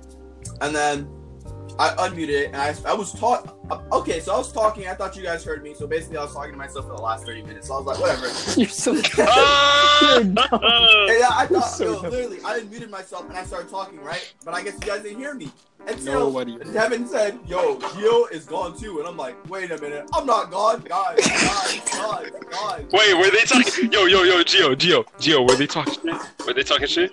and then I unmuted it, and I, I was taught. Okay, so I was talking. I thought you guys heard me. So basically, I was talking to myself for the last thirty minutes. So I was like, whatever.
Join. You're so.
Ah!
And I, I thought,
So
yo,
dumb.
literally, I unmuted myself and I started talking, right? But I guess you guys didn't hear me. Until
Nobody.
Devin said, yo, Gio is gone too. And I'm like, wait a minute. I'm not gone. Guys, guys, guys, guys.
Wait, were they talking? Yo, yo, yo, Gio, Gio, Gio, were they talking shit? Were they talking shit?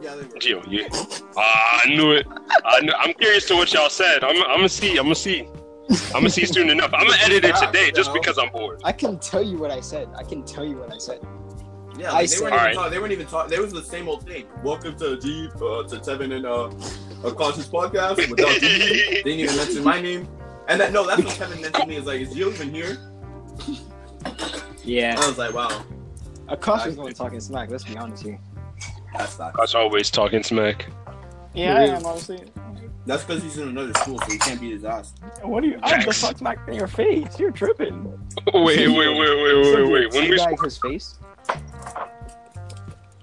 Yeah, they were.
Gio, oh, yeah. Ah, I knew it. I knew, I'm curious to what y'all said. I'm, I'm gonna see. I'm gonna see. I'm gonna see soon enough. I'm gonna edit it today just because I'm bored.
I can tell you what I said. I can tell you what I said.
Yeah,
I
like, they,
see.
weren't
Alright.
even talk, they weren't even talking. They was the same old thing. Welcome to G, uh, to Tevin and uh, a conscious podcast. Without G. they didn't even mention my name. And that no, that's what Kevin mentioned to me. Is like, is Gio even here?
Yeah.
I was like, wow,
Uh, Akash was the one talking smack. Let's be honest here.
that's not.
That's always talking smack.
Yeah, I am honestly.
That's because he's in another school, so he can't beat his ass.
What are you? I just
Jax.
fuck smack in your face. You're tripping.
Wait, wait, wait, wait, wait, wait. When we
Teabag his face.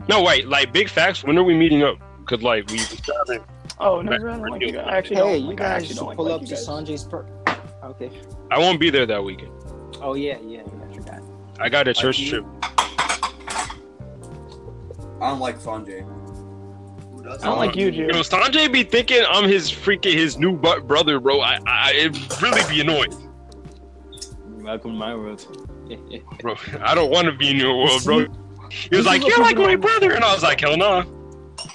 no, wait, like big facts. When are we meeting up? Cause like we
Oh no, I don't like you guys. I actually
Hey,
don't.
you
like, I
guys
actually
should
don't like,
pull
like
up
you
to
guys.
Sanjay's per. Okay.
I won't be there that weekend.
Oh yeah, yeah, yeah. I forgot.
I got a church
you?
trip.
I don't like Sanjay.
I don't like you,
Yo,
Jared.
Sanjay be thinking I'm his freaking his new bu- brother, bro. I, I it really be annoying,
Welcome to my world.
bro. I don't want to be in your world, bro. He was like, "You're like my brother," and I was like, "Hell no."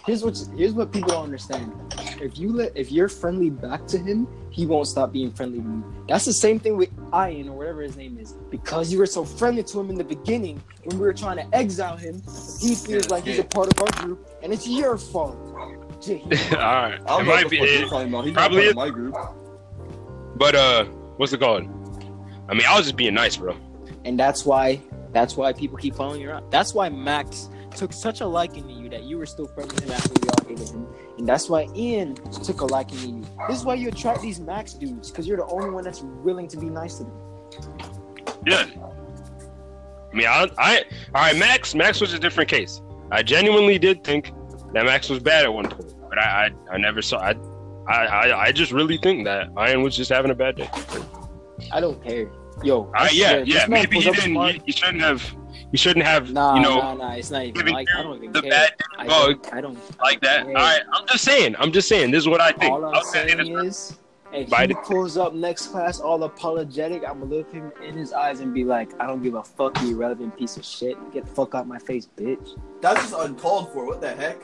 here's what here's what people don't understand. If you let if you're friendly back to him, he won't stop being friendly to you. That's the same thing with Ian or whatever his name is. Because you were so friendly to him in the beginning when we were trying to exile him, he feels
Yeah,
like he's
yeah.
a part of our group, and it's your fault. Jay.
All right,
I
it
don't know
might
what
be,
the fuck
it,
you're talking about. He's
probably
probably
is-
in my group.
but uh, what's it called? I mean, I was just being nice, bro.
and that's why that's why people keep following you around. That's why Max took such a liking to you that you were still friends with him after we all hated him, and that's why Ian took a liking to you. This is why you attract these Max dudes because you're the only one that's willing to be nice to them.
Yeah. I mean, I, I all right. Max, Max was a different case. I genuinely did think that Max was bad at one point, but I, I, I never saw. I, I, I, I just really think that Iron was just having a bad day.
I don't care. Yo,
I, yeah,
swear, this
yeah.
man
Maybe
pulls
he
up
didn't.
smart-
He, he shouldn't have. He shouldn't have.
Nah,
you know,
nah, nah. It's not even
giving
like I don't even
the
care.
bad
I
dog
don't, I don't
like that.
care.
All right. I'm just saying. I'm just saying. This is what I think.
All I'm
I'll say
saying
this-
is, if
Bite
he pulls up next class all apologetic, I'm gonna look him in his eyes and be like, "I don't give a fuck, you irrelevant piece of shit. Get the fuck out my face, bitch."
That's just uncalled for. What the heck?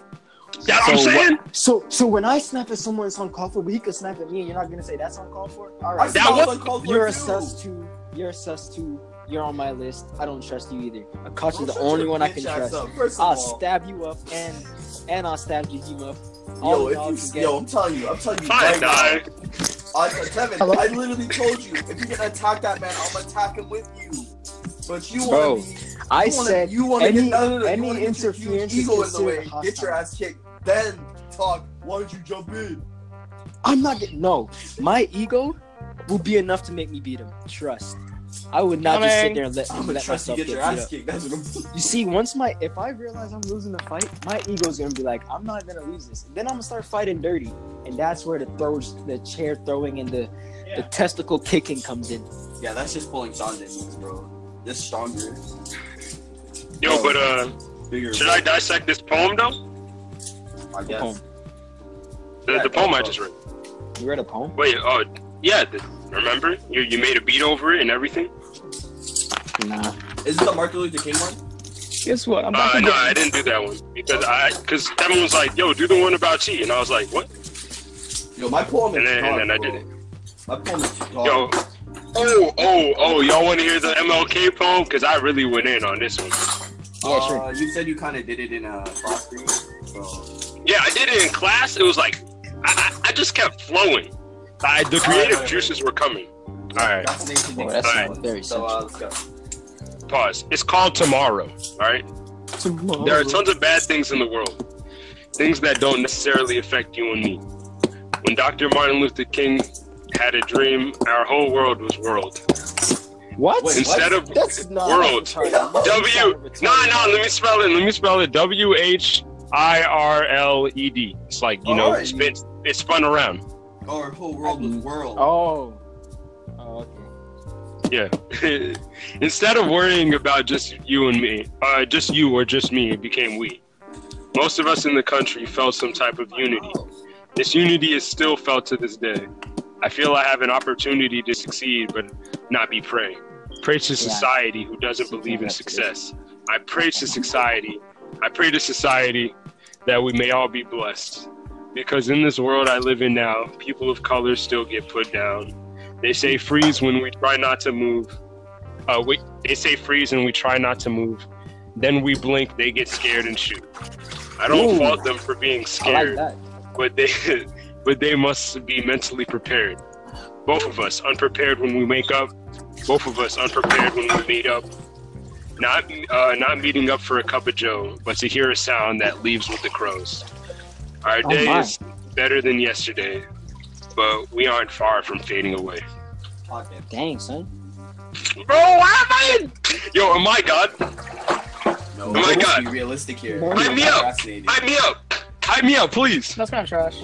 That's what I'm
So what-
saying.
So, so when I snap at someone, it's uncalled for. But he could snap at me, and you're not gonna say that's uncalled for. All
I
right,
That
that was
was-
uncalled for
you're a
too.
sus two. You're a sus two. You're on my list. I don't trust you either. Akash
Don't
is the
shut
only
your
one I
bitch
can
ass
trust. Ah,
up. First of
I'll
all,
stab you up and and I'll stab Jahim up. All
yo,
the dogs
if you,
together.
yo, I'm telling you, I'm telling you,
Fine,
right now,
dog.
I, Kevin,
Hello?
I literally told you, if you're gonna attack that man, I'm gonna attack him with you. But you
Bro,
want to be,
I
you wanna,
said
you wanna
any-
get, no, no, no,
any
you wanna get your huge
interference is
ego in the way,
considered
get your ass kicked, then talk. Why don't you jump in?
I'm not getting no. My ego will be enough to make me beat him. Trust. I would not just sit
Coming.
there and let,
I'm gonna
let
trust you
myself
get
get,
your
beat
ass
up.
kicked. That's what I'm.
You see, once my if I realize I'm losing the fight, my ego's gonna be like, I'm not gonna lose this. Then I'm gonna start fighting dirty, and that's where the throws, the chair throwing, and the the testicle kicking comes in.
Yeah, that's just pulling Sanjay moves, bro. This stronger,
Yo, but uh,
bigger.
should I dissect this poem though?
I guess.
Boom.
The, the poem I just read.
You read a poem?
Wait. Oh, yeah. The, remember you you made a beat over it and everything.
Nah.
Is it the Martin Luther King one?
Guess what? I'm about
Uh,
to
no,
get.
I didn't do that one because I because Devin was like, "Yo, do the one about cheat," and I was like, "What?"
Yo, my poem is
And then-
dog,
and then I
bro.
did it.
My poem is dog.
Yo, oh, oh, oh, y'all want to hear the MLK poem? Because I really went in on this one.
Yeah, sure.
Uh, you said you kind of did it in a class for you, so
Yeah, I did it in class. It was like I, I, I just kept flowing. I, the creative juices were coming. All right,
fascination.
Well, that
Alright.
sounds very
so
simple.
uh, let's go.
pause. It's called tomorrow. All right.
Tomorrow.
There are tons of bad things in the world, things that don't necessarily affect you and me. When Dr. Martin Luther King had a dream, our whole world was world.
What?
Wait,
Instead of
That's not
World.
retarded.
W.
That's
No,
not retarded.
no. Let me spell it. Let me spell it. W H I R L E D. It's like you know,
Alright.
spin, it spun around.
Oh, Our whole world was world.
Oh. Oh, okay.
Yeah. Instead of worrying about just you and me, uh, just you or just me, it became we. Most of us in the country felt some type of unity. This unity is still felt to this day. I feel I have an opportunity to succeed, but not be prey. Pray to society who doesn't believe in success. I pray to society. I pray to society that we may all be blessed. Because in this world I live in now, people of color still get put down. They say freeze when we try not to move. Uh, we, they say freeze and we try not to move. Then we blink, they get scared and shoot. I don't
Ooh.
fault them for
I
being
like
scared
that.
but they but they must be mentally prepared. Both of us unprepared when we make up, both of us unprepared when we meet up. Not uh, not meeting up for a cup of joe, but to hear a sound that leaves with the crows. Our
Oh,
day
my.
is better than yesterday, but we aren't far from fading away.
Pocket.
Dang, son.
Bro, why am I? Yo, am I God?
No,
Oh my
let's
God.
Be realistic here.
Why
You're
me up?
fascinated.
Tie me up. Tie me up, please.
That's kind of
Oh,
trash.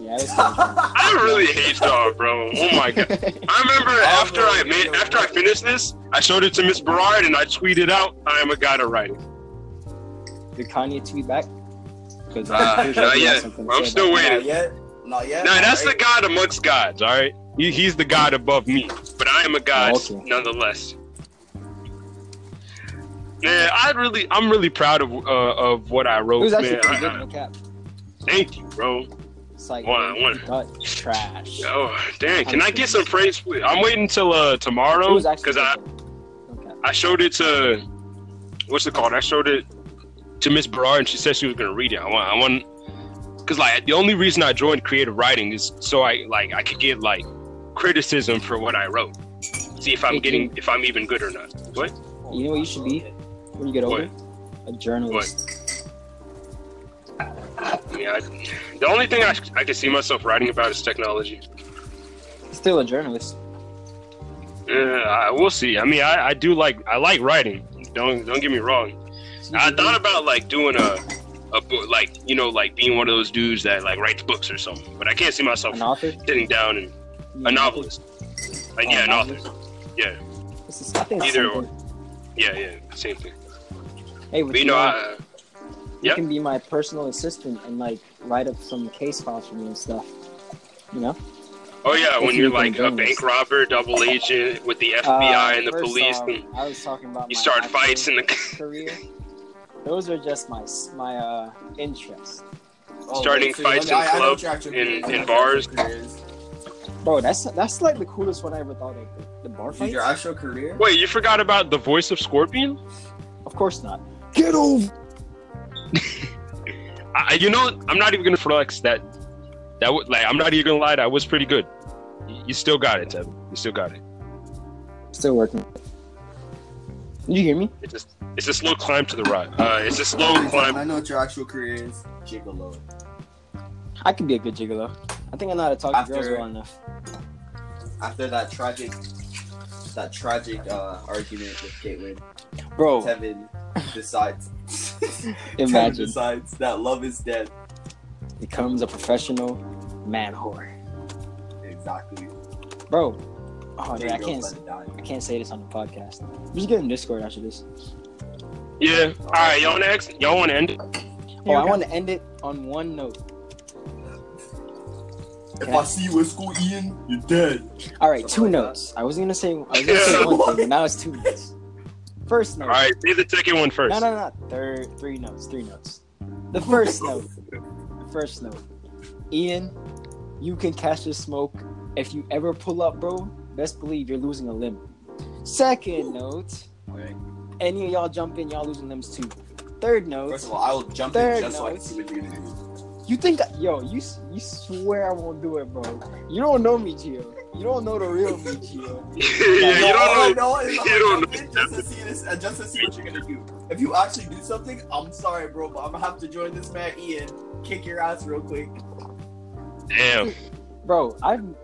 Yeah, that's kinda
I really hate Star, bro. Oh my god.
funny.
I remember
Oh,
after
no,
I
no,
made
no.
after I finished this, I showed it to Miss Berard and I tweeted out, "I am a god of writing."
Did Kanye tweet back? Because
Uh, not yet. I'm still
Not
waiting.
yet. Not yet.
No, that's the
Alright.
god amongst gods. All right, he, he's the god above me, but I am a god
Oh, okay.
nonetheless. Man, I really, I'm really proud of uh, of what I
It
wrote,
was actually
man.
pretty good.
I-
No cap.
I- thank you, bro.
It's like
One, one.
Dutch trash.
Oh, dang! Can I get some praise? Please? I'm waiting till uh, tomorrow because I
Okay.
I showed it to what's it called? I showed it to Miss Berard, and she said she was gonna read it. I want, I want, because like the only reason I joined creative writing is so I like I could get like criticism for what I wrote, see if I'm
Thank
getting if I'm even good or not. What?
You know what you should be when you get older? A journalist.
I mean, I, the only thing I, I could see myself writing about is technology.
Still a journalist.
Uh, I we'll see. I mean, I, I do like I like writing. Don't don't get me wrong.
So you
I
should be-
thought about like doing a, a book, like you know, like being one of those dudes that like writes books or something. But I can't see myself
an author.
sitting down and a novelist. Like,
Oh,
yeah, an author. Yeah,
This is, I think
Either
something-
yeah, yeah, same thing.
Hey,
But
with
you know,
Elon,
I,
you
yeah.
can be my personal assistant and like write up some case files for me and stuff. You know?
oh yeah,
If
when
you
you're
can
like a
join us.
bank robber, double agent with the
Uh,
FBI and the
first
police,
off,
and
I was talking about
you
my
start
acting
fights and the
career. Those are just my s- my uh interests,
Oh,
starting
wait, so
fights
let me-
in
I- I know
clubs,
what your
in-
career is. I
in
know what
bars.
your career is.
bro. That's that's like the coolest one I ever thought of. The bar
Dude,
fight?
your actual career?
wait, you forgot about the voice of Scorpion?
Of course not. Get over.
I, you know, I'm not even gonna flex that. That would like I'm not even gonna lie, that was pretty good. You, you still got it, Tevin. You still got it.
Still working. You hear me?
It's just it's a slow climb to the right. Uh, it's a slow climb.
I know what your actual career is. Gigolo.
I could be a good gigolo. I think I know how to talk
After-
to girls well enough.
After that tragic, that tragic uh, argument with Caitlyn,
Bro,
Tevin decides. Tevin
imagine
decides that love is dead.
becomes a professional man whore.
Exactly.
Bro, oh dude, I
Gigolo's
can't,
about to die.
I can't say this on the podcast. We should get in Discord after this.
Yeah. All right, y'all next. Y'all want to end it?
Oh, I
okay.
want to end it on one note.
If
Okay.
I see you at school, Ian, you're dead.
All right, two
Something like
notes. I was gonna say, I was gonna say
Yeah.
one thing, but now it's two notes. First note.
All right, say the second one first.
No, no, no. Third, three notes. Three notes. The first note. The first note. Ian, you can catch this smoke. If you ever pull up, bro, best believe you're losing a limb. Second note.
Alright.
Any of y'all jump in, y'all losing limbs too. Third note.
First of all, I will jump
Third
in just so I can
note.
see what you're gonna do.
You think, I- yo, you s- you swear I won't do it, bro. You don't know me, Gio. You don't know the real me, Gio.
yeah, you don't know.
all I know. Is
You
I'm
don't
gonna jump in Just to see this, uh, just to see what you're gonna do. If you actually do something, I'm sorry, bro, but I'm gonna have to join this man, Ian. Kick your ass real quick.
Damn.
Bro, I'm.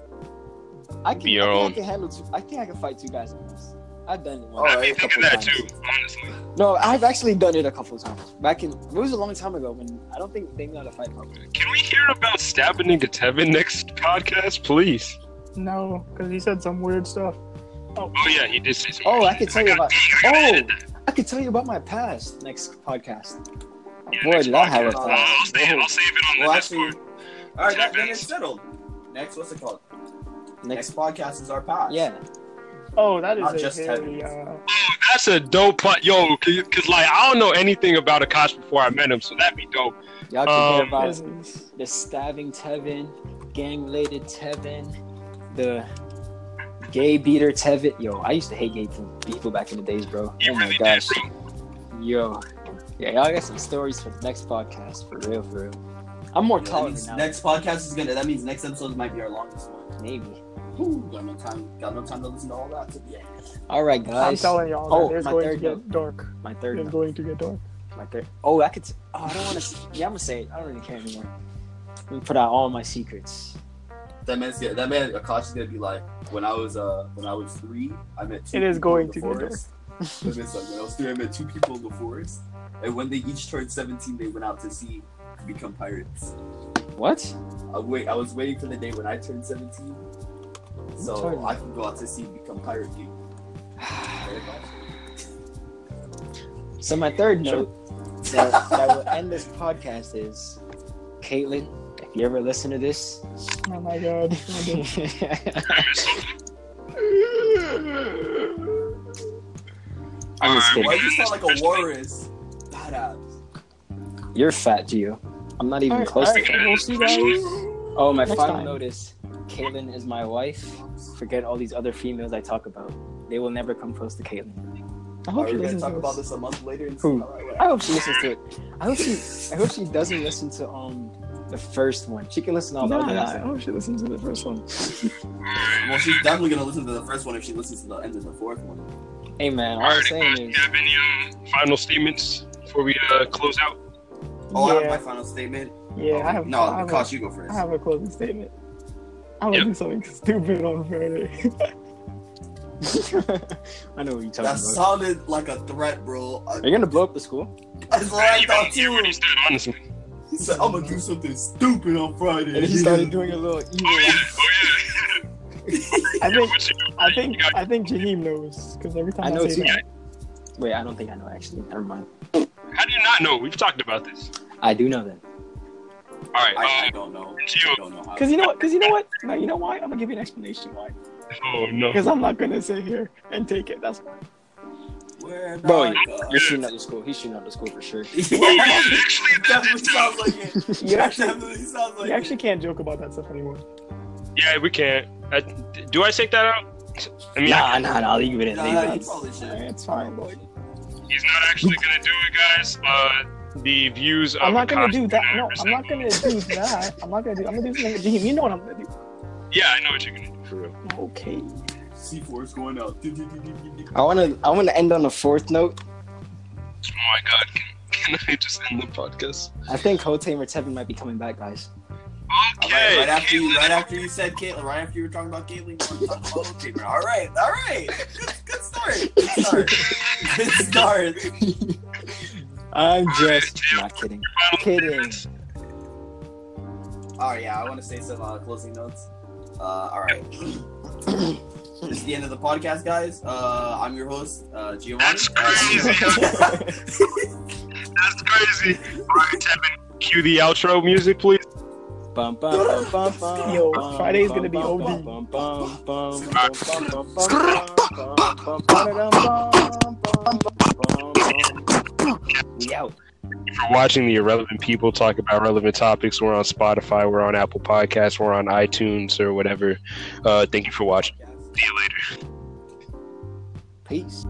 I can,
Be your
I think
own.
I can handle two. I think I can fight two guys at once. I've done it.
Oh,
Once.
I've been
it's
thinking that too, honestly.
No, I've actually done it a couple times. Back in it was a long time ago when I don't think they knew how to fight properly.
Can we hear about stabbing nigga Tevin next podcast, please?
No, because he said some weird stuff.
Oh yeah, he did say some.
Oh, I could tell you about
Dang, I
oh,
gotta edit that.
I could tell you about my past next podcast.
Yeah,
Boy,
next
did I have a
podcast.
podcast.
Oh, I'll save, I'll
blast.
save it on the
Well, actually,
Discord.
all right, that, then
Happens.
it's settled. Next, what's it called? Next,
Next,
podcast is our past.
yeah,
Oh, that is
Not
a
just
very,
Tevin.
uh,
Oh, That's a dope pot, yo. Cause, 'cause, like I don't know anything about Akash before I met him, so that'd be dope.
y'all can hear
Um,
about
business.
the stabbing Tevin, gang-related Tevin, the gay beater Tevin. Yo, I used to hate gay people back in the days, bro.
You
oh my
really
gosh,
did, bro.
yo, yeah, y'all got some stories for the next podcast, for real, for real. I'm more
That
tolerant
means
now,
next podcast is gonna. That means next episode might be our longest one.
maybe.
Ooh, got no time. Got no time to listen to all that. To be honest.
All right,
I'm
guys.
telling y'all,
Oh,
that it's
my
going to
third
get dark.
My
It's
third. number.
going to get dark.
My third. Oh, I could. T- oh, I don't want to. Yeah, I'm gonna say it. I don't really care anymore. Let me put out all my secrets.
that man's get, that man Akash is gonna be like when I was uh when I was three, I met two
It is
people
going
in the
to get
forest. Let me say, when I was three, I met two people in the forest, and when they each turned seventeen, they went out to sea to become pirates.
What?
I wait. I was waiting for the day when I turned seventeen,
Sorry.
so I can go out to sea and become pirate dude.
So my third note that, that will end this podcast is, Caitlin, if you ever listen to this,
Oh my god.
I'm just
Why
kidding.
do you sound like a walrus? Badass.
You're fat, Gio. I'm not even
Alright,
close to.
alright, we'll see you guys.
Oh, my
Next
final
time.
notice. Caitlyn is my wife. Forget all these other females I talk about. They will never come close to Caitlyn.
I
Are
hope
we
you
gonna
listen
talk
to
about
this.
this a month later? And
Who?
see how that went?
I hope she listens to it. I hope she. I hope she doesn't listen to um the first one. She can listen to all the
Nah,
other
nah,
ones.
I hope you listen to the first one.
Well, she's definitely gonna listen to the first one if she listens to the end of the fourth one.
Hey man, all
All
I'm
right,
saying is
you have any um, final statements before we uh, close out?
Oh, I have my
yeah,
final statement.
yeah, I
Oh,
have.
no,
I have,
Akash,
a,
you go first.
I have a closing statement. I'm gonna
Yep.
do something stupid on Friday.
I know what you're talking
That
about.
sounded like a threat, bro. I,
Are you gonna blow up the school?
that's what I thought
You
too.
already said, honestly.
He said, "I'm gonna do something stupid on Friday."
And he started doing a little
Oh, yeah.
evil.
Oh,
I
yeah.
think,
What's your-
I think, I think Jaheim knows because every time
I
I,
know
say
too.
that,
Wait, I don't think I know actually. Never mind.
How do you not know? We've talked about this.
I do know that.
All right.
I, I
um,
don't know. I
Gio-
don't know. How.
because you know what? Because you know what? No, you know why? I'm gonna give you an explanation why.
oh, no.
Because I'm not gonna sit here and take it. That's
Where
Bro,
am I
You're
going?
shooting up the school. He's shooting up the school for sure.
That
Actually, that
definitely sounds like it.
you
That
actually,
definitely sounds like
you
it.
actually can't joke about that stuff anymore.
Yeah, we can't. I, do I take that out? I mean,
Nah, nah, nah. I'll leave it in.
Nah,
Leave
you
it in.
probably should.
It's fine, boy.
he's not actually gonna do it, guys. Uh, the views. Of
I'm not gonna
Akash
do that. No, I'm
100%.
not gonna do that. I'm not gonna do. I'm gonna do something. Jaheim, you know what I'm gonna do?
Yeah, I know what you're gonna do for real.
Okay.
C4 is going out.
I wanna. I wanna end on a fourth note.
Oh my god, can, can I just end the podcast?
I think Hotei Mertevin might be coming back, guys.
All right,
Okay.
right after you, right after you said Caitlin, right after you were talking about Caitlin, you were talking about Oak Taper. All right, all right, good, good start, good start, good start.
I'm just not kidding. Kidding.
All right, yeah, I want to say some uh, closing notes. Uh, all right, this is the end of the podcast, guys. Uh, I'm your host, uh, Giovanni.
That's
Uh,
That's crazy. All right, Tevin, cue the outro music, please.
Bum, bum, bum, bum, bum,
Yo,
bum,
Friday's
bum,
gonna be
bum,
OD.
bum, bum, bum, bum,
Alright.
bum, bum, bum, bum, bum, bum, bum, bum, bum, bum. We out.
for watching the irrelevant people talk about relevant topics. We're on Spotify, we're on Apple Podcasts, we're on iTunes or whatever. Uh, thank you for watching.
guys.
Peace.